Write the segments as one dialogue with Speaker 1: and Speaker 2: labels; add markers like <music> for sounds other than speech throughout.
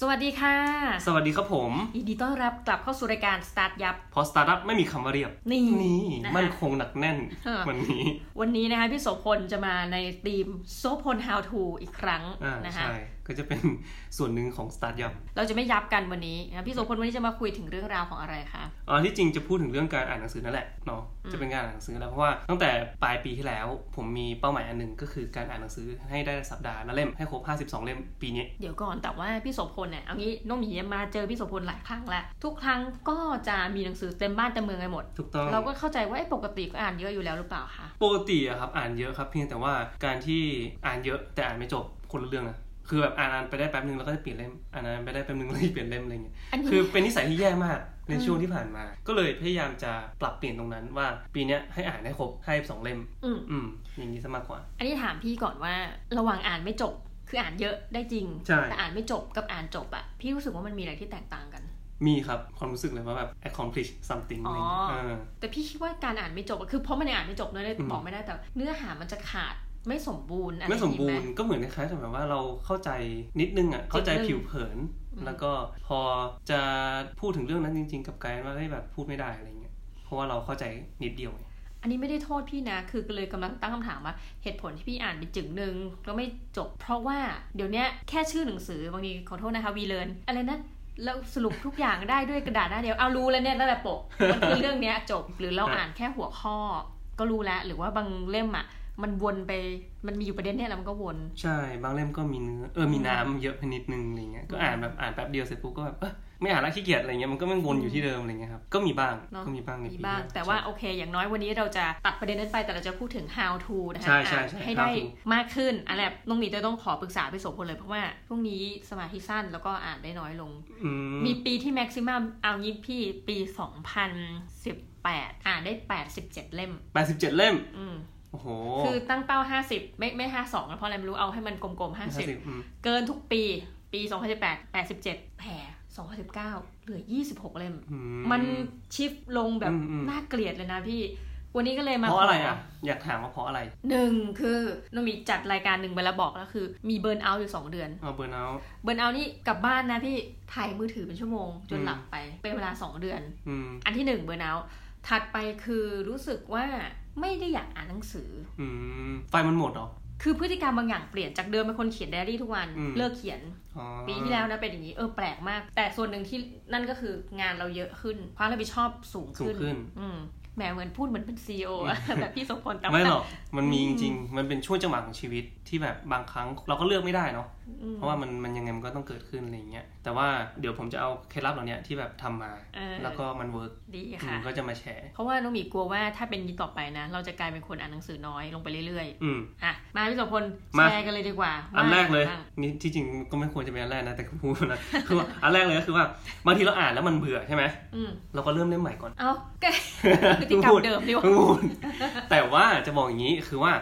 Speaker 1: สวัสดีค่ะ
Speaker 2: สวัสดีครับผม
Speaker 1: ยินดีต้อนรับกลับเข้าสู่รายการ Start ยับ
Speaker 2: พอสตาร์ทอัพไม่มีคำว่าเรียบ
Speaker 1: นี่
Speaker 2: นี่
Speaker 1: นะคะ
Speaker 2: มั่นคงหนักแน่น
Speaker 1: เออ
Speaker 2: วันนี้
Speaker 1: วันนี้นะคะพี่โสพลจะมาในธีมโสพล how to อีกครั้ง
Speaker 2: อ่า
Speaker 1: นะคะ
Speaker 2: ใช่ ก็จะเป็น <laughs> ส่วนหนึ่งของสตาร์ทยับ
Speaker 1: เราจะไม่ยับกันวันนี้นะพี่โสพลวันนี้จะมาคุยถึงเรื่องราวของอะไรคะ
Speaker 2: อ่าที่จริงจะพูดถึงเรื่องการอ่านหนังสือนั่นแหละเนาะจะเป็นการอ่านหนังสือแล้วเพราะว่าตั้งแต่ปลายปีที่แล้ว ผมมีเป้าหมายอันหนึ่งก็คือการอ่านหนังสือให้ได้สัปดาห์ละเล่มให้ครบ 52 เล่มปีนี้
Speaker 1: เดี๋ยวก่อนแต่ว่าพี่โสพลเนี่ยเอางี้น้องหมีมาเจอพี่โสพลหลายครั้งแล้วทุกครั้งก็จะมีหนังสือเต็มบ้านเต็มเมืองไปหมด
Speaker 2: ถูกต้อง
Speaker 1: เราก็เข้าใจว่าเอ๊ะปกติก็อ่านเยอะอยู่แล้วหรือเปล่าคะ
Speaker 2: ปกติอะครับอ่านเยอะครับเพียงแต่ว่าการที่อ่านเยอะแต่อ่านไม่จบคนละเรื่องนะคือแบบอ่านอ่านไปได้แป๊บนึงแล้วก็จะเปลี่ยนเล่มอ่านอ่านไปได้แป๊บนึงแล้วก็จะเปลี่ยนเล่มอะไรอย่างเงี้ย
Speaker 1: อันนี้
Speaker 2: คือเป็นนิสัยที่แย่มากในช่วงที่ผ่านมา ก็เลยพยายามจะปรับเปลี่ยนตรงนั้นว่าปีเนี้ยให้อ่านให้ครบให้สองเล่ม
Speaker 1: อืม
Speaker 2: อืมอย่างนี้ซะมากกว่า
Speaker 1: อันนี้ถามพี่ก่อนว่าระหว่างอ่านไม่จบ คืออ่านเยอะได้จริง
Speaker 2: ใช่
Speaker 1: แต่อ่านไม่จบกับอ่านจบอะพี่รู้สึกว่ามันมีอะไรที่แตกต่างกัน
Speaker 2: มีครับความรู้สึกเลยว่าแบบ accomplish something อะไรอย่างเงี้ย
Speaker 1: อ๋อ
Speaker 2: เออ
Speaker 1: แต่พี่คิดว่าการอ่านไม่จบอะคือเพราะมันยังอ่านไม่จบเนอะเลย
Speaker 2: อืม
Speaker 1: บอกไม่ได้แต่ เนื้อหามันจะขาดไม่สมบูรณ์อะ
Speaker 2: ไม่
Speaker 1: ไร
Speaker 2: สม
Speaker 1: นี้
Speaker 2: บู
Speaker 1: ไหม
Speaker 2: รณ์ก็เหมือนคล้ายๆกับแบบว่าเราเข้าใจนิดนึงอ่ะเข้าใจ
Speaker 1: นิดนึง
Speaker 2: ผิวเผิน
Speaker 1: อืม
Speaker 2: แล้วก็พอจะพูดถึงเรื่องนั้นจริง ๆ กับกลายเป็นว่าเฮ้ยแบบพูดไม่ได้อะไรเงี้ยเพราะว่าเราเข้าใจนิดเดียวไง
Speaker 1: อันนี้ไม่ได้โทษพี่นะ คือเลยกำลังตั้งคำถามว่าเหตุผลที่พี่อ่านไปจึงหนึ่งแล้วไม่จบ เพราะว่าเดี๋ยวเนี้ยแค่ชื่อหนังสือบางทีขอโทษนะคะวีเลนอะไรนะแล้วสรุปทุกอย่างได้ด้วยกระดาษหน้าเดียวเอารู้แล้วเนี่ยนั่นแหละปกมันคือเรื่องเนี้ยจบหรือเราอ่านแค่หัวข้อ ก็รู้แล้วหรือว่าบางเล่มอ่ะมันวนไปมันมีอยู่ประเด็นเนี่ยแล้วมันก็วน
Speaker 2: ใช่บางเล่มก็มีเนื้อเออมีน้ำเยอะไปนิดนึงอะไรเงี้ยก็อ่านแบบอ่านแป๊บเดียวเสร็จปุ๊บก็แบบเอ้ยไม่อ่านละขี้เกียจอะไรเงี้ยมันก็มันวนอยู่ที่เดิมอะไรเงี้ยครับก็มีบ้าง
Speaker 1: เนอะ
Speaker 2: ก็มีบ้างใน
Speaker 1: มี
Speaker 2: ปี
Speaker 1: บ้าง
Speaker 2: หน้
Speaker 1: แต่ว่าโอเค อย่างน้อยวันนี้เราจะตัดประเด็นนั้นไปแต่เราจะพูดถึง how to นะคะ
Speaker 2: ใช่ใช่
Speaker 1: อ่าน
Speaker 2: ใช่
Speaker 1: ให้
Speaker 2: how
Speaker 1: ได้
Speaker 2: to
Speaker 1: มากขึ้นอันแรกน้องหมีจะต้องขอปรึกษาไปโสพลเลยเพราะว่าช่วงนี้สมาธิสั้นแล้วก็อ่านได้น้อยลง
Speaker 2: อืม
Speaker 1: มีปีที่ maximum เอางี้พี่ปี 2018 อ่านได้ 87 เล่ม
Speaker 2: แปดสิบเจ็ดเล่ม
Speaker 1: อืม
Speaker 2: โอ้โห
Speaker 1: คือตั้งเป้า 50 ไม่ไม่ 52แล้วเพราะอะไรไม่รู้เอาให้มันกลมๆ
Speaker 2: ห้าสิบอืม
Speaker 1: 50 เกินทุกปี ปี 2018 87 แผ่ 2019 เหลือ 26 เล่ม
Speaker 2: อื
Speaker 1: มันชิฟลงแบบ
Speaker 2: อืมอืม
Speaker 1: น่าเกลียดเลยนะพี่ วันนี้ก็เลยมา
Speaker 2: เพราะอะไร
Speaker 1: ข
Speaker 2: อ่ะอยากถามว่าเพราะอะไร
Speaker 1: หนึ่งคือโนมีจัดรายการหนึ่งไปแล้วบอกแล้วคือ มีเบิร์นเอาท์อยู่ 2 เดือน
Speaker 2: เอาเบอร์เอาท์
Speaker 1: เบิร์นเอาท์นี่กลับบ้านนะพี่ถ่ายมือถือเป็นชั่วโมง จน
Speaker 2: อืม
Speaker 1: หลับไปเป็นเวลา 2 เดือน
Speaker 2: อืม
Speaker 1: อันที่หนึ่งเบอร์นเอาท์ถัดไปคือรู้สึกว่าไม่ได้อยากอ่านหนังสือ
Speaker 2: อืมไฟมันหมดเหรอ
Speaker 1: คือพฤติกรรมบางอย่างเปลี่ยนจากเดิมเป็นคนเขียนไดอารี่ทุกวัน
Speaker 2: อืม
Speaker 1: เลิกเขียน
Speaker 2: อ๋อ
Speaker 1: ปีที่แล้วนะเป็นอย่างนี้เออแปลกมาก แต่ส่วนหนึ่งที่นั่นก็คืองานเราเยอะขึ้น ความรับผิดชอบสูงขึ้
Speaker 2: สูงขึ้น
Speaker 1: อืมแหมเหมือนพูดเหมือนเป็นซีออะ <laughs> แบบพี่โสมพลแต่ว่า
Speaker 2: ไม่หรอก มันมีจริงๆ มันเป็นช่วงจังหวะของชีวิตที่แบบบางครั้งเราก็เลือกไม่ได้เนาะ
Speaker 1: อืม
Speaker 2: เพราะว่ามันมันยังไงมันก็ต้องเกิดขึ้นอะไรอย่างเงี้ย แต่ว่าเดี๋ยวผมจะเอาเคล็ดลับเหล่าเนี้ยที่แบบทำมา
Speaker 1: เออ
Speaker 2: แล้วก็มันเวิร์ก
Speaker 1: ดี
Speaker 2: อื
Speaker 1: ค่ะ
Speaker 2: มก็จะมาแชร์
Speaker 1: เพราะว่าน้องหมีกลัวว่าถ้าเป็นอย่างนี้ต่อไปนะ เราจะกลายเป็นคนอ่านหนังสือน้อยลงไปเรื่อย
Speaker 2: อืม
Speaker 1: ๆอ่ะมาพี่โสมพล
Speaker 2: มา
Speaker 1: แชร์กันเลยดีกว่า
Speaker 2: อันแรกเลย
Speaker 1: ว่า
Speaker 2: นี่ที่จริงก็ไม่ควรจะเป็นอันแรกนะ แต่ก็พูดนะ
Speaker 1: <laughs>
Speaker 2: คือว่าอันแรกเลยก็คือว่าบางทีเราอ่านแล้วมันเบื่อใช่ไหม
Speaker 1: อืม
Speaker 2: เราก็เริ่มเล่มใหม่ก่อน
Speaker 1: เอาแก พฤติกรรมเดิมดีกว่า
Speaker 2: เพิ่งพูดแต่ว่าจะบอกอย่างนี้คือว่า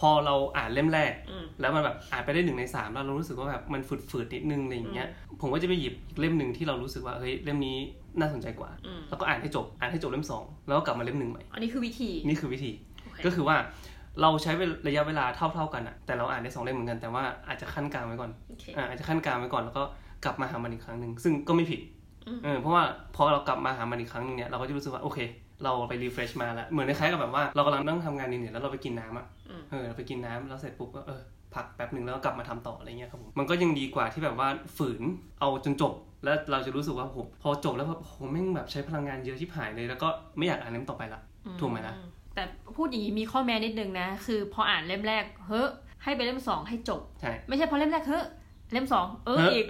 Speaker 2: พอเราอ่านเล่มแรก
Speaker 1: อืม
Speaker 2: แล้วมันแบบอ่านไปได้หนึ่งในสามแล้วเรารู้สึกว่าแบบมันฝืดๆนิดนึงอะไรอย่างเงี้ยผมก็จะไปหยิบอีกเล่มหนึ่งที่เรารู้สึกว่าเฮ้ยเล่มนี้น่าสนใจกว่า
Speaker 1: อืม
Speaker 2: แล้วก็อ่านให้จบอ่านให้จบเล่มสองแล้วก็กลับมาเล่มหนึ่งใหม่
Speaker 1: อันนี้คือวิธี
Speaker 2: นี่คือวิธี
Speaker 1: โอเค
Speaker 2: ก็คือว่าเราใช้เวลาระยะเวลาเท่า ๆกันอะแต่เราอ่านได้สองเล่มเหมือนกันแต่ว่าอาจจะขั้นกลางไว้ก่อน
Speaker 1: โอเค
Speaker 2: อ่าอาจจะขั้นกลางไว้ก่อนแล้วก็กลับมาหามันอีกครั้งหนึ่งซึ่งก็ไม่ผิด
Speaker 1: อืม
Speaker 2: เออเพราะว่าพอเรากลับมาหามันอีกครั้งหนึ่งเนี่ยเราก็จะรู้สึกว่าโอเค เราไปรีเฟรชมาแล้วเหมือนคล้ายๆกับแบบว่าเรากำลังนั่งทำงานเหนื่อยๆแล้วเราไปกินน้ำอ่ะ
Speaker 1: อืม
Speaker 2: เออเราไปกินน้ำแล้วเสร็จปุ๊บก็เออพักแป๊บหนึ่งแล้วก็กลับมาทำต่ออะไรเงี้ยครับผมมันก็ยังดีกว่าที่แบบว่าฝืนเอาจนจบ แล้วเราจะรู้สึกว่าโหพอจบแล้วแบบโหแม่งแบบใช้พลังงานเยอะที่หายเลย แล้วก็ไม่อยากอ่านเล่มต่อไปละ ถูกไหมล่ะ
Speaker 1: แต่พูดอย่างนี้มีข้อแม้นิดนึงนะ คือพออ่านเล่มแรก เฮ้อให้ไปเล่มสองให้จบ
Speaker 2: ใช่
Speaker 1: ไม่ใช่พอเล่มแรกเฮ้อเล่มสองเออ
Speaker 2: เฮ้ออี
Speaker 1: อีก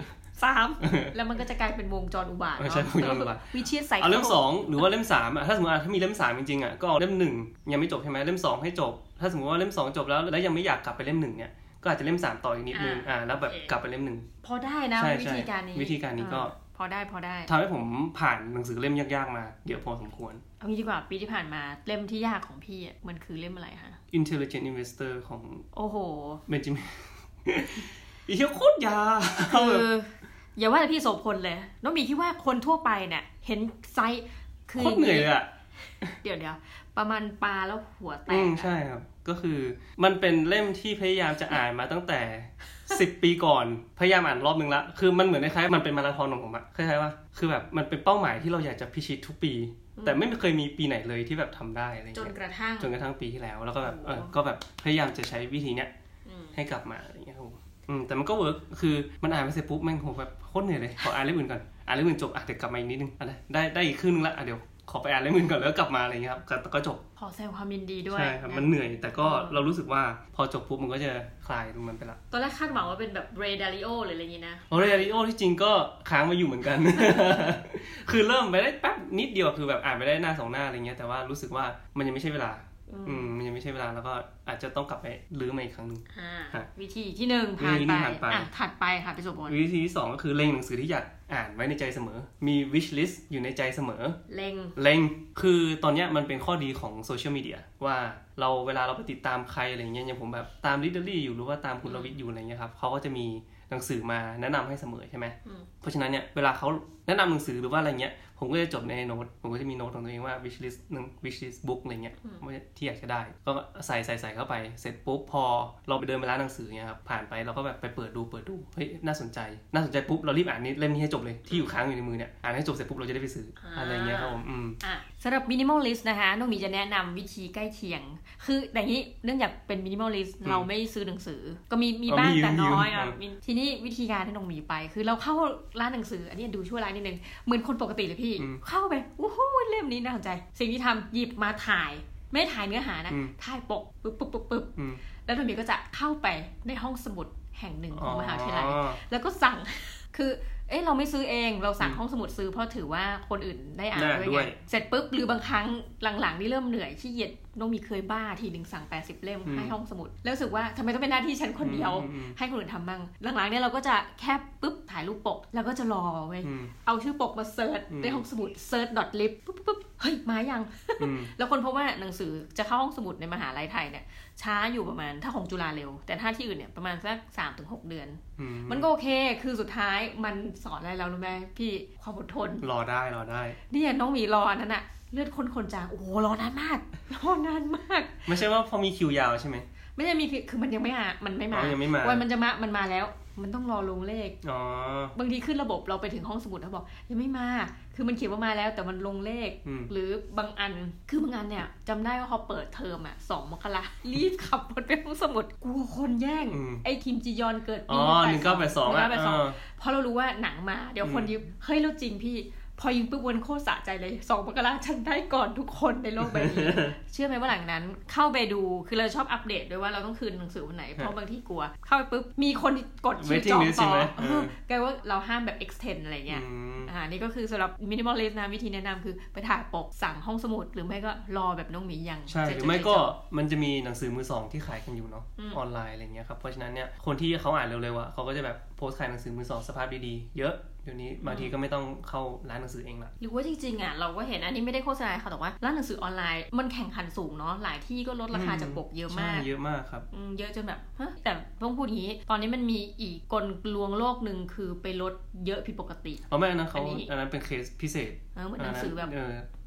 Speaker 2: <laughs>
Speaker 1: สามแล้วมันก็จะกลายเป็นวงจรอุบาท
Speaker 2: เออใช่
Speaker 1: เนาะ
Speaker 2: วงจรอุบาท
Speaker 1: วิชิตใส่
Speaker 2: เอาเล่มสองหรือว่าเล่มสามอ่ะถ้าสมมติว่าถ้ามีเล่มสามจริงๆอ่ะก็เอาเล่มหนึ่งยังไม่จบใช่ไหมเล่มสองให้จบ ถ้าสมมติว่าเล่มสองจบแล้วแล้วยังไม่อยากกลับไปเล่มหนึ่งเนี่ยก็อาจจะเล่มสามต่ออีกนิดนึงอ่าแล้วแบบกลับไปเล่มหนึ่ง
Speaker 1: พอได้นะ
Speaker 2: ใช่
Speaker 1: วิ
Speaker 2: ใช่
Speaker 1: ธีการนี้
Speaker 2: วิธีการนี้ก็
Speaker 1: เออพอได้พอได้
Speaker 2: ทำให้ผมผ่านหนังสือเล่มยากๆมาเยอะพอสมควร
Speaker 1: เอางี้ดีกว่าปีที่ผ่านมาเล่มที่ยากของพี่อะมันคือเล่มอะไรคะ
Speaker 2: Intelligent Investor ของ
Speaker 1: โอ้โห
Speaker 2: เบนจ a ม i น <laughs> อีเหี้ยโคตรยาว
Speaker 1: คืออย่าว่าแต่พี่โสพลเลย น้องหมีคิดว่าคนทั่วไปเนี่ยเห็นไซส์คือ
Speaker 2: โคตรเหนื่อยเลยอ่ะ
Speaker 1: เดี๋ยวเดี๋ยวประมาณปลาแล้วหัวแต
Speaker 2: อื
Speaker 1: ก
Speaker 2: ม
Speaker 1: อะ
Speaker 2: ใช่ครับ ก็คือมันเป็นเล่มที่พยายามจะอ่านมาตั้ง <laughs> แต่ 10 ปีก่อน พยายามอ่านรอบนึงละ คือมันเหมือนคล้ายๆมันเป็นมาราธอนของผมอะคล้ายๆว่า คือแบบมันเป็นเป้าหมายที่เราอยากจะพิชิตทุกปี แต่ไม่เคยมีปีไหนเลยที่แบบทำได้อะไร
Speaker 1: จน
Speaker 2: เงี้ย
Speaker 1: กระทั่ง
Speaker 2: จนกระทั่งปีที่แล้ว แล้วก็แบบ
Speaker 1: โอ้โห
Speaker 2: เออก็แบบพยายามจะใช้วิธีเนี้ย
Speaker 1: อืม
Speaker 2: ให้กลับมาอะไรเงี้ยครับผมอืมแต่มันก็เวิร์กคือมันอ่านไปเสร็จปุ๊บแม่งโหแบบโคตรเหนื่อยเลยขออ่านเล่มอื่นก่อนอ่านเล่มอื่นจบอ่ะเดี๋ยวกลับมาอีกนิดนึงอ่ะได้ได้ได้อีกครึ่งนึงละอ่ะเดี๋ยวขอไปอ่านเล่มอื่นก่อนแล้วกลับมาอะไรเงี้ยครับก็ก็จบ
Speaker 1: ขอแสดงความยินดีด้วย
Speaker 2: ใช่ครับ
Speaker 1: ะ
Speaker 2: มันเหนื่อย แต่ก็
Speaker 1: เออ
Speaker 2: เรารู้สึกว่าพอจบปุ๊บมันก็จะคลายตรงนั้นไปละ
Speaker 1: ตอนแรกคาดหวังว่าเป็นแบบเรดาริโอหรืออะไรอย่างงี้นะ
Speaker 2: โอเรลิโอที่จริงก็ค้างมาอยู่เหมือนกัน <laughs> คือเริ่มไปได้แป๊บนิดเดียวคือแบบอ่านไปได้หน้าสองหน้าอะไรเงี้ย แต่ว่ารู้สึกว่ามันยังไม่ใช่เวลา
Speaker 1: อืม
Speaker 2: อืม มันยังไม่ใช่เวลา แล้วก็อาจจะต้องกลับไปรื้อมาอีกครั้งหนึง
Speaker 1: อ่า
Speaker 2: ฮะ
Speaker 1: วิธีที่หนึ่งผ่าน
Speaker 2: วิธีที่
Speaker 1: ไป
Speaker 2: ผ่านไป
Speaker 1: อ่ะถัดไปค่ะไปสวดมนต์
Speaker 2: วิธีที่สองก็คือเล็งหนังสือที่อยากอ่านไว้ในใจเสมอ มี wish list อยู่ในใจเสมอ
Speaker 1: เล็ง
Speaker 2: เล็งคือตอนเนี้ยมันเป็นข้อดีของโซเชียลมีเดียว่าเราเวลาเราไปติดตามใครอะไรเงี้ยอย่างผมแบบตามลิดเดอรี่อยู่หรือว่าตามคุณรวิทย์อยู่อะไรเงี้ยครับเขาก็จะมีหนังสือมาแนะนำให้เสมอใช่ไหม
Speaker 1: อืม
Speaker 2: เพราะฉะนั้นเนี่ยเวลาเขาแนะนำหนังสือหรือว่าอะไรเงี้ยผมก็จะจดในโน้ตผมก็จะมีโน้ตของตัวเองว่า wish list หนึ่ง wish list book อะไรเงี้ยว่าที่อยากจะได้ ก็ใส่ใส่ใส่เข้าไปเสร็จปุ๊บพอเราไปเดินไปร้านหนังสือเงี้ยครับผ่านไปเราก็แบบไปเปิดดูเปิดดูเฮ้ยน่าสนใจ น่าสนใจปุ๊บเรารีบอ่านนี้เล่มนี้ให้จบเลยที่อยู่ค้างอยู่ในมือเนี่ยอ่านให้จบเสร็จปุ๊บเราจะได้ไปซื้ออะไรเงี้ยครับผมอืม
Speaker 1: อ่ะสำหรับมินิมอลลิสต์นะคะน้องหมีจะแนะนำวิธีใกล้เคียง คืออย่างนี้เนื่องจากเป็นมินิมอลลิสต์
Speaker 2: อืม
Speaker 1: เราไม่ซื้อหนังสือ ก็มีมี
Speaker 2: อ๋อ
Speaker 1: บ้าง
Speaker 2: มี
Speaker 1: แต่
Speaker 2: มี
Speaker 1: น้อย
Speaker 2: มี
Speaker 1: อ่ะ
Speaker 2: ครับ
Speaker 1: มีทีนี้วิธีการที่น้องหมีไป คือเราเข้าร้านหนังสือ อันนี้ดูชั่วร้ายนิดนึง เหมือนคนปกติเลยพี่ เข้าไปวู้ฮู้เล่มนี้น่าสนใจ สิ่งที่ทำหยิบมาถ่าย ไม่ได้ถ่ายเนื้อหานะ
Speaker 2: อืม
Speaker 1: ถ่ายปกปึ๊บปึ๊บปึ๊บปึ๊บ
Speaker 2: อืม
Speaker 1: แล้วน้องหมีก็จะเข้าไปในห้องสมุดแห่งหนึ่งของมหาวิทยาลัย
Speaker 2: อ๋อ
Speaker 1: แล้วก็สั่ง <laughs> คือ เอ้ยเราไม่ซื้อเอง เราสั่ง
Speaker 2: อืม
Speaker 1: ห้องสมุดซื้อเพราะถือว่าคนอื่นได้อ่านด้
Speaker 2: ได้
Speaker 1: วย
Speaker 2: ด้
Speaker 1: ไง
Speaker 2: วย
Speaker 1: เสร็จปุ๊บหรือบางครั้งหลังๆนี่เริ่มเหนื่อยขี้เกียจน้องมีเคยบ้าทีหนึ่งสั่ง 80 เล่ม
Speaker 2: อืม
Speaker 1: ให้ห้องสมุด แล้วรู้สึกว่าทำไมต้องเป็นหน้าที่ฉันคนเดียว
Speaker 2: อืม
Speaker 1: ให้คนอื่นทำมั่งหลังๆเนี่ยเราก็จะแค่ปุ๊บถ่ายรูปปก แล้วก็จะรอเว้ย
Speaker 2: อืม
Speaker 1: เอาชื่อปกมาเซิร์ช
Speaker 2: อืม
Speaker 1: ในห้องสมุดเซิร์ชดอทลิฟปุ๊บปุ๊บเฮ้ยมายัง
Speaker 2: อืม
Speaker 1: แล้วคนพบว่าหนังสือจะเข้าห้องสมุดในมหาลัยไทยเนี่ยช้าอยู่ประมาณถ้าของจุฬาเร็ว แต่ถ้าที่อื่นเนี่ยประมาณสักสามถึงหกเดือน
Speaker 2: อื
Speaker 1: มันก็โอเค คือสุดท้ายมันสอนอะไรเรารู้ไหมพี่ความอดทน
Speaker 2: รอได้รอได้
Speaker 1: เนี่ยน้องหมีรออันนั้นอะเลือดคนคนจาง โอ้โหรอนานมาก <laughs> รอนานมาก
Speaker 2: ไม่ใช่ว่าพอมีคิวยาวใช่ไหม
Speaker 1: ไม่ใช่มีคือคือมันยังไม่มามันไม่
Speaker 2: อ๋
Speaker 1: มา
Speaker 2: อยังไม่มา
Speaker 1: วันมันจะมา มันมาแล้ว มันต้องรอลงเลข
Speaker 2: อ๋อ
Speaker 1: บางทีขึ้นระบบเราไปถึงห้องสมุดแล้วบอก ยังไม่มา คือมันเขียนว่ามาแล้ว แต่มันลงเลข
Speaker 2: อืม
Speaker 1: หรือบางอัน คือบางอันเนี่ยจำได้ว่าเขาเปิดเทอมอะสองมกรารีบขับรถไปห้องสมุด กลัวคนแย่ง
Speaker 2: อืม
Speaker 1: ไอ้คิมจียอนเกิด
Speaker 2: อ๋
Speaker 1: ปี
Speaker 2: อหนึ่งเก้าแปดสองอ่ะ
Speaker 1: 1982
Speaker 2: เออ
Speaker 1: เพราะเรารู้ว่าหนังมาเดี๋ยวคน
Speaker 2: อืม
Speaker 1: ยิบเฮ้ยรู้จริงพี่ พอยิงปุ๊บวนโคตรสะใจเลยสองมกราฉันได้ก่อนทุกคนในโลกใบนี้
Speaker 2: <laughs>
Speaker 1: เชื่อไหมว่าหลังนั้น เข้าไปดูคือเราชอบอัปเดตด้วยว่าเราต้องคืนหนังสือวันไหน เพราะบางที่
Speaker 2: <laughs>
Speaker 1: กลัว เข้าไปปุ๊บ มีคนกดชื่อจอง
Speaker 2: Waiting list
Speaker 1: ต่อ
Speaker 2: ใช่ไหม
Speaker 1: เอ
Speaker 2: เอ
Speaker 1: อ
Speaker 2: อ
Speaker 1: กลายว่าเราห้ามแบบ extend อะไรเงี้ย
Speaker 2: อืม
Speaker 1: อ่านี่ก็คือสำหรับ minimalist นะวิธีแนะนำคือไปถ่ายปกสั่งห้องสมุด หรือไม่ก็รอแบบน้องหมียัง
Speaker 2: ใช่
Speaker 1: จะจ
Speaker 2: ห
Speaker 1: ด
Speaker 2: รือไม่
Speaker 1: ใจ
Speaker 2: ก็
Speaker 1: จ่อ
Speaker 2: มันจะมีหนังสือมือสองที่ขายกันอยู่เนาะ
Speaker 1: อืม
Speaker 2: ออนไลน์อะไรเงี้ยครับเพราะฉะนั้นเนี่ยคนที่เขาอ่านเร็วๆอ่ะเขาก็จะแบบโพสต์ขายหนังสือมือสองสภาพดีๆเยอะเดี๋ยวนี้บางทีก็ไม่ต้องเข้าร้านหนังสือเองละ
Speaker 1: หรือว่าจริงๆอ่ะเราก็เห็นอันนี้ไม่ได้โฆษณาค่ะแต่ว่าร้านหนังสือออนไลน์มันแข่งขันสูงเนาะหลายที่ก็ลดราคาจากปกเยอะมาก
Speaker 2: ใช่เยอะมากครับ
Speaker 1: อืมเยอะจนแบบฮะแต่ต้องพูดอย่างนี้ ตอนนี้มันมีอีกกลลวงโลกหนึ่งคือไปลดเยอะผิดปกติ
Speaker 2: เอาแม่อันนั้นเขา
Speaker 1: อันนี้
Speaker 2: อันนั้นเป็นเคสพิเศษ
Speaker 1: เออเหมือนหนังสือแบบ
Speaker 2: เ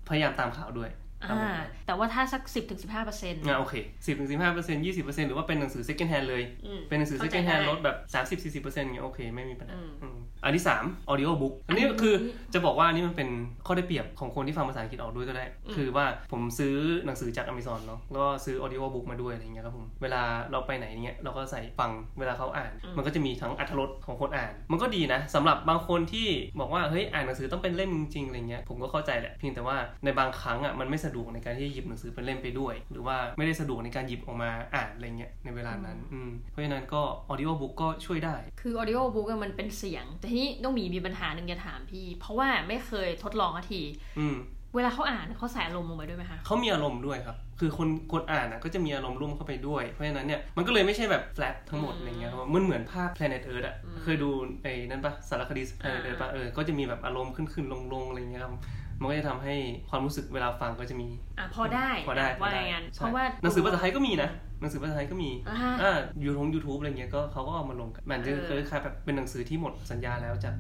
Speaker 2: พยายามตามข่าวด้วยครับผ
Speaker 1: อ่าม แต่ว่าถ้าสัก 10-15%ถึงสิบห้าเปอร์เซ็นต์
Speaker 2: อ่าโอเคสิบถึงสิบห้าเปอร์เซ็นต์ยี่สิบเปอร์เซ็นต์หรือว่าเป็นหนังสือ second hand เลย เป็นหนังสือ second hand ลดแบบสามสิบสี่สิบเปอร์เซ็นต์เงี้ยโอเคไม่มีปัญหาอืมอันที่สาม audio book อันนี้คือจะบอกว่าอันนี่มันเป็นข้อได้เปรียบของคนที่ฟังภาษาอังกฤษออกด้วยก็ได้ คือว่าผมซื้อหนังสือจาก Amazon เนาะแล้วก็ซื้อ audio book มาด้วยอะไรเงี้ยครับผม เวลาเราไปไหนเงี้ยเราก็ใส่ฟังเวลาเขาอ่าน มันก็จะมีทั้งอรรถรสของคนอ่าน มันก็ดีนะสำหรับบางคนที่บอกว่าเฮ้ยอ่านหนังสือต้องเป็นเล่มจริงๆอะไรเงี้ยผมก็เข้าใจแหละเพียงแต่ว่าในบางครั้งอ่ะมันไม่สะดวกในการที่จะหยิบหนังสือเป็นเล่มไปด้วย หรือว่าไม่ได้สะดวกในการหยิบออกมาอ่านอะไรเงี้ยในเวลานั้นอืมเพราะฉะนั้นก็ audio book ก็ช่วยได้
Speaker 1: คือ audio book อะมันเป็นเสียง แต่ทีนี้ต้องมีมีปัญหาหนึ่งจะถามพี่ เพราะว่าไม่เคยทดลองสักที
Speaker 2: อืม
Speaker 1: เวลาเขาอ่านเขาใส่อารมณ์ลงไปด้วยไหมคะ
Speaker 2: เขามีอารมณ์ด้วยครับ คือคนคนอ่านนะก็จะมีอารมณ์ร่วมเข้าไปด้วย เพราะฉะนั้นเนี่ย มันก็เลยไม่ใช่แบบแฟลตทั้งหมด
Speaker 1: อืม
Speaker 2: อะไรเงี้ยครับมันเหมือนภาพ planet earth อะ
Speaker 1: อืม
Speaker 2: เคยดูไอ้นั่นปะสารคดี planet
Speaker 1: อ่า
Speaker 2: earth ปะเออ ก็จะมีแบบอารมณ์ขึ้นขึ้นลงลงอะไรเงี้ยครับ มันก็จะทำให้ความรู้สึกเวลาฟังก็จะมี
Speaker 1: อ่ะพอได้
Speaker 2: พอได้
Speaker 1: ว่า
Speaker 2: พอได้
Speaker 1: อย่างนั้น
Speaker 2: ใช่
Speaker 1: เพราะว่า
Speaker 2: หนังสือภาษาไทยก็มีนะ หนังสือภาษาไทยก็มี
Speaker 1: อ่า
Speaker 2: อ่ายูทงยูทูบอะไรเงี้ย ก็เขาก็เอามาลงกันมันจะ
Speaker 1: เอ
Speaker 2: ค
Speaker 1: อ
Speaker 2: ล้ายๆแบบเป็นหนังสือที่หมดสัญญาแล้วจาก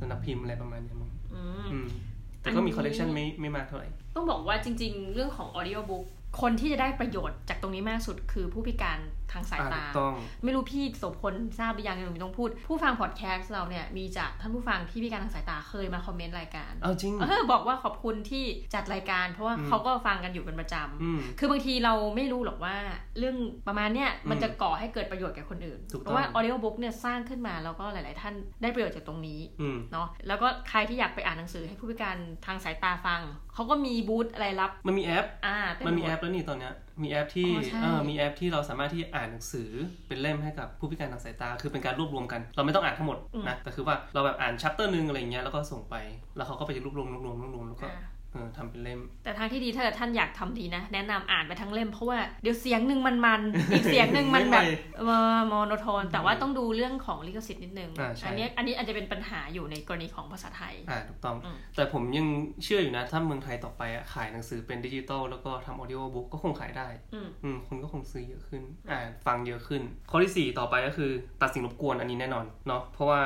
Speaker 2: สำนักพิมพ์อะไรประมาณเนี้ยมั้ง
Speaker 1: อืม
Speaker 2: อืมแต่ก็มี
Speaker 1: อันนี้
Speaker 2: คอลเลกชันไม่ไม่มากเท่าไหร่
Speaker 1: ต้องบอกว่าจริง ๆ เรื่องของ audio book คนที่จะได้ประโยชน์จากตรงนี้มากสุดคือผู้พิการทางสาย
Speaker 2: อ่ะ
Speaker 1: ตา
Speaker 2: ถูกต้อง
Speaker 1: ไม่รู้พี่โสพลทราบหรือยังหนูต้องพูด ผู้ฟังพอดแคสต์เราเนี่ยมีจากท่านผู้ฟังที่พิการทางสายตาเคยมาคอมเมนต์รายการ
Speaker 2: เอาจริง
Speaker 1: เออบอกว่าขอบคุณที่จัดรายการ เพราะว่า
Speaker 2: อืม
Speaker 1: เขาก็ฟังกันอยู่เป็นประจำ
Speaker 2: อืม
Speaker 1: คือบางทีเราไม่รู้หรอกว่าเรื่องประมาณเนี้ย
Speaker 2: อืม
Speaker 1: มันจะก่อให้เกิดประโยชน์แก่คนอื่น
Speaker 2: ถูกต้อง
Speaker 1: เพราะว่า audio book เนี่ยสร้างขึ้นมาแล้วก็หลาย ๆ ท่านได้ประโยชน์จากตรงนี้
Speaker 2: อืม
Speaker 1: เนาะแล้วก็ใครที่อยากไปอ่านหนังสือให้ผู้พิการทางสายตาฟัง เขาก็มีบูธอะไรรับ
Speaker 2: มันมีแอป
Speaker 1: อ่าเต็
Speaker 2: มันมี
Speaker 1: หด
Speaker 2: แอปแล้วนี่ตอนเนี้ยมีแอปที่
Speaker 1: อ๋อใช่
Speaker 2: เออมีแอปที่เราสามารถที่อ่านหนังสือเป็นเล่มให้กับผู้พิการทางสายตา คือเป็นการรวบรวมกัน เราไม่ต้องอ่านทั้งหมดนะ แต่คือว่าเราแบบอ่านชัปเตอร์หนึ่งอะไรอย่างเงี้ยแล้วก็ส่งไป แล้วเขาก็ไปรวบรวมรวบรวมรวบรวมแล้วก็
Speaker 1: อ่า
Speaker 2: เออทำเป็นเล่ม
Speaker 1: แต่ทางที่ดีถ้าเกิดท่านอยากทำดีนะ แนะนำอ่านไปทั้งเล่มเพราะว่าเดี๋ยวเสียงหนึ่งมันมันๆอีกเสียงหนึ่งมันแบบ
Speaker 2: ไม่ไหว
Speaker 1: เออโมโนโทน แต่ว่าต้องดูเรื่องของลิขสิทธิ์นิดนึง
Speaker 2: อ่าใช่
Speaker 1: อันเนี้ยอันนี้อาจจะเป็นปัญหาอยู่ในกรณีของภาษาไทย
Speaker 2: อ่าถูกต้อง
Speaker 1: อืม
Speaker 2: แต่ผมยังเชื่ออยู่นะ ถ้าเมืองไทยต่อไปอะขายหนังสือเป็นดิจิตอลแล้วก็ทำออดิโอบุ๊กก็คงขายได้
Speaker 1: อืม
Speaker 2: อืมคนก็คงซื้อเยอะขึ้น อ่านฟังเยอะขึ้น ข้อทีสี่ 4 ต่อไปก็คือ ตัดสิ่งรบกวนอันนี้แน่นอนเนาะเพราะว่า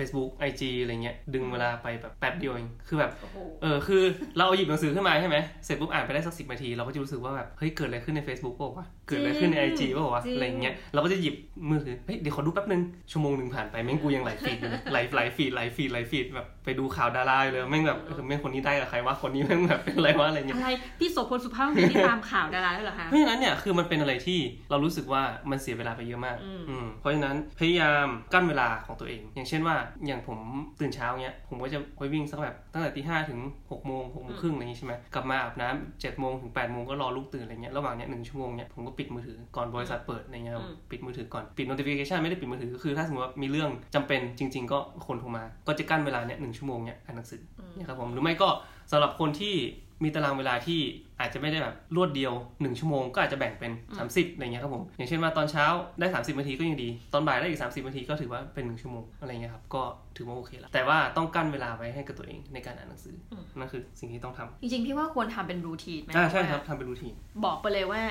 Speaker 2: Facebook IG อะไรเงี้ยดึงเวลาไปแบบแป๊บเดียวเองคือแบบ
Speaker 1: โอ้โห
Speaker 2: เออคือเราเอาหยิบหนังสือขึ้นมาใช่ไหมเสร็จปุ๊บอ่านไปได้สักสิบนาที เราก็จะรู้สึกว่าแบบเฮ้ยเกิดอะไรขึ้นใน Facebook เปล่าวะเกิดอะไรขึ้นใน IG เปล่าวะ
Speaker 1: จริง
Speaker 2: อะไรอย่างเงี้ยเราก็จะหยิบมือถือเฮ้ยเดี๋ยวขอดูแป๊บนึง ชั่วโมงหนึ่งผ่านไปแม่งกูยังไหลฟีดอยู่เลย ไหลไหลฟีดไหลฟีดไหลฟีดแบบไปดูข่าวดาราเลยแม่งแบบเออแม่งคนนี้ได้กับใครวะคนนี้แม่งแบบเป็นอะไรวะอะไรเงี้ย
Speaker 1: อะไรพี่โสพลสุภาพมีที่ตามข่าวดาราด้วยเหรอคะ
Speaker 2: เพราะฉะนั้นเนี่ยคือมันเป็นอะไรที่เรารู้สึกว่ามันเสียเวลาไปเยอะมาก
Speaker 1: อืม
Speaker 2: อืมเพราะฉะนั้นพยายามกั้นเวลาของตัวเอง อย่างเช่นว่าอย่างผมตื่นเช้าเนี้ยผมก็จะไปวิ่งสักแบบตั้งแต่ตีห้าถึงหกโมงหกโมงครึ่งอะไรอย่างงี้ใช่ไหมกลับมาอาบน้ำเจ็ดโมงถึงแปดโมงก็รอลูกตื่นอะไรเงี้ยระหว่างเนี้ยหนึ่งชั่วโมงเนี้ยผมก็ปิดมือถือก่อนบริษัทเปิดอะไรเงี้ยครับปิดมือถือก่อนปิด notification ไม่ได้ปิดมือถือก็คือถ้าสมมติว่ามีเรื่องจำเป็นจริง ๆ ก็คนโทรมา ก็จะกั้นเวลาเนี้ยหนึ่งชั่วโมงเนี้ยอ่านหนังสือ นะครับผมหรือไม่ก็สำหรับคนที่มีตารางเวลาที่อาจจะไม่ได้แบบรวดเดียว 1 ชั่วโมงก็อาจจะแบ่งเป็น 30อะไรเงี้ยครับผมอย่างเช่นว่าตอนเช้าได้ 30 นาทีก็ยังดี ตอนบ่ายได้อีก 30 นาทีก็ถือว่าเป็น 1 ชั่วโมงอะไรเงี้ยครับก็ถือว่าโอเคละแต่ว่าต้องกั้นเวลาไว้ให้กับตัวเองในการอ่านหนังสืออ
Speaker 1: ม
Speaker 2: นั่นคือสิ่งที่ต้องทำ
Speaker 1: จริงๆ พี่ว่าควรทำเป็นรูทีนไหม
Speaker 2: อ่าใช่ครับ
Speaker 1: ว่า
Speaker 2: ทำเป็นรูทีน
Speaker 1: บอกไปเลยว่า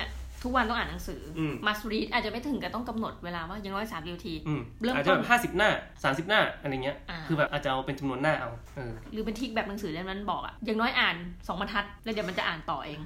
Speaker 1: ทุกวันต้องอ่านหนังสืออ
Speaker 2: ม
Speaker 1: must read อาจจะไม่ถึงกับต้องกำหนดเวลาว่าอย่างน้อยสามนาที
Speaker 2: อืม
Speaker 1: เริ่มต้น
Speaker 2: อาจจะแบบห้าสิบ50 หน้า 30 หน้าอะไรเงี้ย
Speaker 1: อ่า
Speaker 2: คือแบบอาจจะเอาเป็นจำนวนหน้าเอาเออ
Speaker 1: หรือเป็นทิกแบบหนังสือเล่มนั้นบอกอะอย่างน้อยอ่านสองบรรทัด แล้วเดี๋ยวมันจะอ่านต่อเอง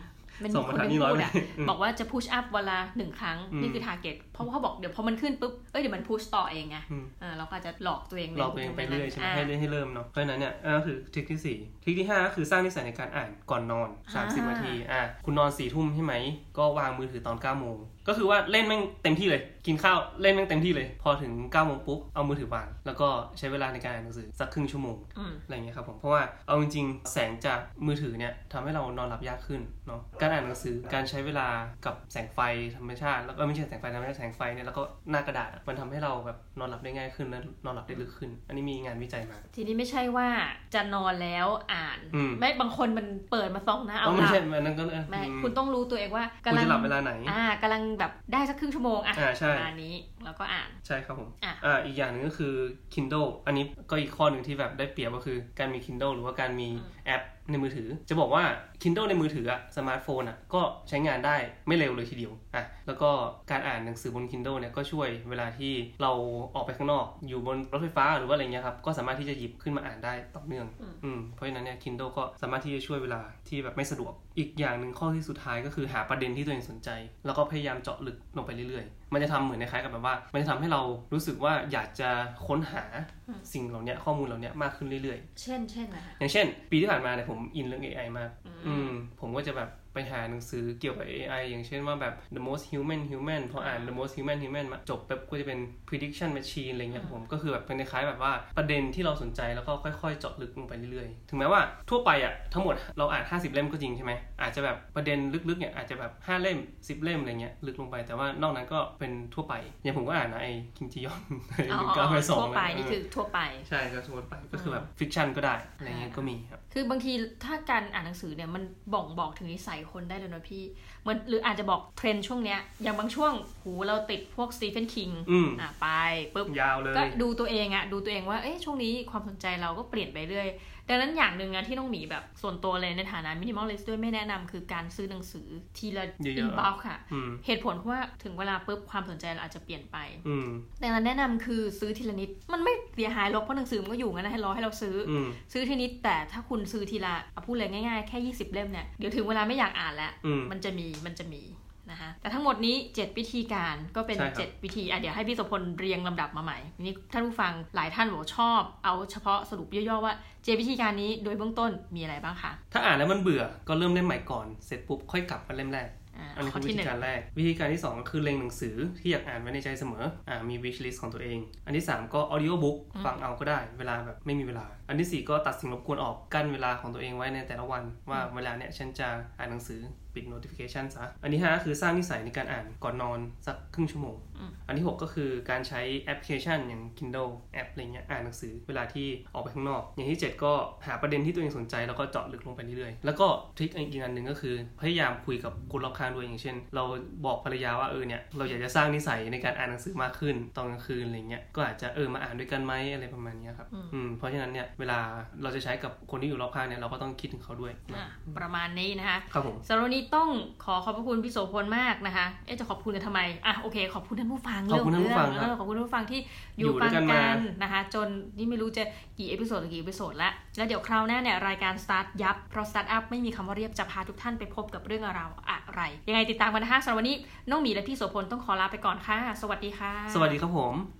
Speaker 2: สองบรรทัดนี่
Speaker 1: พู
Speaker 2: น้อยไปอืม
Speaker 1: บอกว่าจะ push up เวนลาหนึ่งครั้ง
Speaker 2: อืม
Speaker 1: นี่คือ target เพราะว่าเขาบอกเดี๋ยวพอมันขึ้นปุ๊บเอ้ยเดี๋ยวมัน push ต่อเองไง
Speaker 2: อืม
Speaker 1: เออเราก็อาจจะหลอกตัวเอง
Speaker 2: หลอกตัวเองไปเรื่อยใช่ไหมให้
Speaker 1: า
Speaker 2: ได้ให้เริ่มเนาะเพราะฉะนั้นเนี่ยอ่าก็คือทริคที่สี่ทริคที่ห้าก็คือสร้างนิสัยในการอ่านก่อนนอน
Speaker 1: อ่า
Speaker 2: 30นาทีอ่ะคุณนอนสี่ทุ่มใช่ไหม ก็วางมือถือตอน9ก้าโมงก็คือว่าเล่นแม่งเต็มที่เลย กินข้าวเล่นแม่งเต็มที่เลย พอถึง9ก้าโมงปุ๊บเอามือถือวาง แล้วก็ใช้เวลาในการอ่านหนังสือสักครึ่งชั่วโมง
Speaker 1: อืม
Speaker 2: อะไรเงี้ยครับผมเพราะว่าเอาจริงๆแสงจากมือถือเนี่ยทำให้เรานอนหลับยากขึ้นเนาะการอ่านหนังสือการใช้เวลากับแสงไฟธรรมชาติแล้วก็ไม่ใช่แสงไฟธรรมชาติแสงไฟเนี่ยแล้วก็หน้ากระดาษอะมันทำให้เราแบบนอนหลับได้ง่ายขึ้นและนอนหลับได้ลึกขึ้น อันนี้มีงานวิจัยมา
Speaker 1: ทีนี้ไม่ใช่ว่าจะนอนแล้วอ่าน
Speaker 2: อืม
Speaker 1: ไม่บางคนมันเปิดมาส่องหนะ
Speaker 2: อ๋
Speaker 1: เอา
Speaker 2: อไม่
Speaker 1: หลั
Speaker 2: ใช่
Speaker 1: บ
Speaker 2: อันนั้นก็เออ
Speaker 1: ไม่
Speaker 2: อืม
Speaker 1: คุณต้องรู้ตัวเองว่า
Speaker 2: คุณ
Speaker 1: กำลัง
Speaker 2: จะหลับเวลาไหน
Speaker 1: อ่ากำลังแบบได้สักครึ่งชั่วโมงอ่ะ
Speaker 2: อ่าใช่
Speaker 1: ประมาณนี้แล้วก็อ่าน
Speaker 2: ใช่ครับผม
Speaker 1: อ่ะ
Speaker 2: อ่าอีกอย่างหนึ่งก็คือ Kindle อันนี้ก็อีกข้อหนึ่งที่แบบได้เปรียบก็คือการมี Kindle หรือว่าการมีแอปในมือถือ จะบอกว่า Kindle ในมือถืออะสมาร์ทโฟนอะก็ใช้งานได้ไม่เร็วเลยทีเดียวอ่ะแล้วก็การอ่านหนังสือบน Kindle เนี่ยก็ช่วยเวลาที่เราออกไปข้างนอก อยู่บนรถไฟฟ้าหรือว่าอะไรเงี้ยครับก็สามารถที่จะหยิบขึ้นมาอ่านได้ต่อเนื่องอืมเพราะฉะนั้นเนี่ย Kindle ก็สามารถที่จะช่วยเวลาที่แบบไม่สะดวก อีกอย่างหนึ่งข้อที่สุดท้ายก็คือหาประเด็นที่ตัวเองสนใจ แล้วก็พยายามเจาะลึกลงไปเรื่อยๆ มันจะทำเหมือนคล้ายๆกับแบบว่า มันจะทำให้เรารู้สึกว่าอยากจะค้นหาสิ่งเหล่าเนี้ยข้อมูลเหล่าเนี้ยมากขึ้นเรื่อยๆ
Speaker 1: เช่นเช่นนะคะ
Speaker 2: อย่างเช่น ปีที่ผ่านมาเนี่ยผมอินเรื่อง AI มาก อืม ผมก็จะแบบไปหาหนังสือเกี่ยวกับ AI อย่างเช่นว่าแบบ The Most Human Human พออ่าน The Most Human Human มาจบปุ๊บก็จะเป็น Prediction Machine อะไรเงี้ยครับผมก็คือแบบเป็นคล้ายๆแบบว่าประเด็นที่เราสนใจแล้วก็ค่อยๆ เจาะลึกลงไปเรื่อยๆ ถึงแม้ว่าทั่วไปอ่ะทั้งหมดเราอ่าน 50 เล่มก็จริงใช่ไหมอาจจะแบบประเด็นลึกๆเนี่ยอาจจะแบบ 5 เล่ม 10 เล่มอะไรเงี้ยลึกลงไปแต่ว่านอกนั้นก็เป็นทั่วไป อย่างผมก็อ่านนะไอ้คิมจียอน
Speaker 1: อ๋อ
Speaker 2: หนึ่งเก้าไปสอง
Speaker 1: ทั่วไป
Speaker 2: ะ
Speaker 1: นี่คือทั่วไป
Speaker 2: ใช่ก็ทั่วไปก็คือแบบฟิกชันก็ได้อะไรเงี้ยก็มีครับ
Speaker 1: คือบางทีถ้าการอ่านหนังสือเนี่ยมันบ่งบอกถึงนิสัยคนได้เลยนะพี่เหมือนหรืออาจจะบอกเทรนด์ช่วงเนี้ยอย่างบางช่วงหูเราติดพวกสตีเฟนคิง
Speaker 2: อืม
Speaker 1: อ่ะไปปุ๊บ
Speaker 2: ยาวเลย
Speaker 1: ก็ดูตัวเองอะดูตัวเองว่าเอ๊ะช่วงนี้ความสนใจเราก็เปลี่ยนไปเรื่อย ดังนั้นอย่างหนึ่งนะที่ต้องหนีแบบส่วนตัวเลยในฐานะมินิมอลเลสด้วยไม่แนะนำคือการซื้อหนังสือทีละ
Speaker 2: เยอะๆ
Speaker 1: อินบ็อกค่ะ
Speaker 2: อืม
Speaker 1: เหตุผลเพราะว่าถึงเวลาปุ๊บความสนใจเราอาจจะเปลี่ยนไป
Speaker 2: อืม
Speaker 1: ดังนั้นแนะนำคือซื้อทีละนิด มันไม่เสียหายหรอกเพราะหนังสือมันก็อยู่งั้นนะให้รอให้เราซื้ออ
Speaker 2: อืม
Speaker 1: ซื้อทีนิดแต่ถ้าคุณซื้อทีละเอาพูดเลยง่ายๆ แค่ 20 เล่มเนี่ยเดี๋ยวถึงเวลาไม่อยากอ่านแล้ว
Speaker 2: อืม
Speaker 1: มันจะมีมันจะมีนะคะแต่ทั้งหมดนี้ 7 วิธีการก็เป็น
Speaker 2: ใช่ครับ
Speaker 1: 7 วิธีอ่ะเดี๋ยวให้พี่โสพลเรียงลำดับมาใหม่นี่ท่านผู้ฟังหลายท่านบอกว่าชอบเอาเฉพาะสรุปย่อๆว่าเจวิธีการนี้โดยเบื้องต้นมีอะไรบ้างคะ
Speaker 2: ถ้าอ่านแล้วมันเบื่อก็เริ่มเล่มใหม่ก่อน เสร็จปุ๊บค่อยกลับมาเล่มแรก
Speaker 1: อ่า
Speaker 2: อันนี้
Speaker 1: ข้
Speaker 2: คือ
Speaker 1: ที่
Speaker 2: อวิ
Speaker 1: ห
Speaker 2: ธี
Speaker 1: นึ่ง
Speaker 2: การแรก วิธีการที่ 2 ก็คือเล็งหนังสือที่อยากอ่านไว้ในใจเสมอ อ่ามี wish list ของตัวเอง อันที่ 3 ก็ audio book ฟังเอาก็ได้ เวลาแบบไม่มีเวลา อันทีสี่4 ก็ตัดสิ่งรบกวนออกกั้นเวลาของตัวเองไว้ในแต่ละวัน ว่าเวลาเนี่ยฉันจะอ่านหนังสือปิด notification ซะ อันที่ 5 คือสร้างนิสัยในการอ่านก่อนนอนสักครึ่งชั่วโมง อันที่ 6 ก็คือการใช้แอปพลิเคชันอย่าง Kindle แอปอะไรเงี้ยอ่านหนังสือเวลาที่ออกไปข้างนอก อย่างที่ 7 ก็หาประเด็นที่ตัวเองสนใจแล้วก็เจาะลึกลงไปเรื่อยๆ แล้วก็ทริคอีกอันหนึ่งก็คือ พยายามคุยกับคนรอบข้างด้วยอย่างเช่น เราบอกภรรยาว่าเออเนี่ยเราอยากจะสร้างนิสัยในการอ่านหนังสือมากขึ้นตอนกลางคืนอะไรเงี้ยก็อาจจะเออมาอ่านด้วยกันไหมอะไรประมาณเนี้ยครับอืมเพราะฉะนั้นเนี่ยเวลาเราจะใช้กับคนที่อยู่รอบข้างเนี่ยเราก็ต้องคิดถึงเขาด้วย
Speaker 1: อ่าประมาณนี้นะคะ
Speaker 2: ครับผม
Speaker 1: สำหรับวันนี้ต้องขอขอบพระคุณพี่โสพลมากนะคะ เอ๊ะจะขอบคุณกันทำไม อ่ะโอเค ขอบคุณท่านผู้ฟัง
Speaker 2: ขอบคุณท่านผู้ฟัง
Speaker 1: เรื่องเอ
Speaker 2: ครับ
Speaker 1: อขอบคุณท่านผู้ฟังที่อ
Speaker 2: อยู่
Speaker 1: ยู่
Speaker 2: ด้
Speaker 1: ฟั
Speaker 2: ว
Speaker 1: ง
Speaker 2: ยกันมา
Speaker 1: กันนะคะ จนนี่ไม่รู้จะกี่เอพิโซดหรือกี่เอพิโซดละแล้วเดี๋ยวคราวหน้าเนี่ยรายการ Start ยับ เพราะ Start Up ไม่มีคำว่าเรียบจะพาทุกท่านไปพบกับเรื่องราวอะไร ยังไงติดตามกันนะคะสำหรับวันนี้น้องหมีและพี่โสพลต้องขอลาไปก่อนค่ะ สวัสดีค่ะ
Speaker 2: สวัสดีครับผม
Speaker 1: ค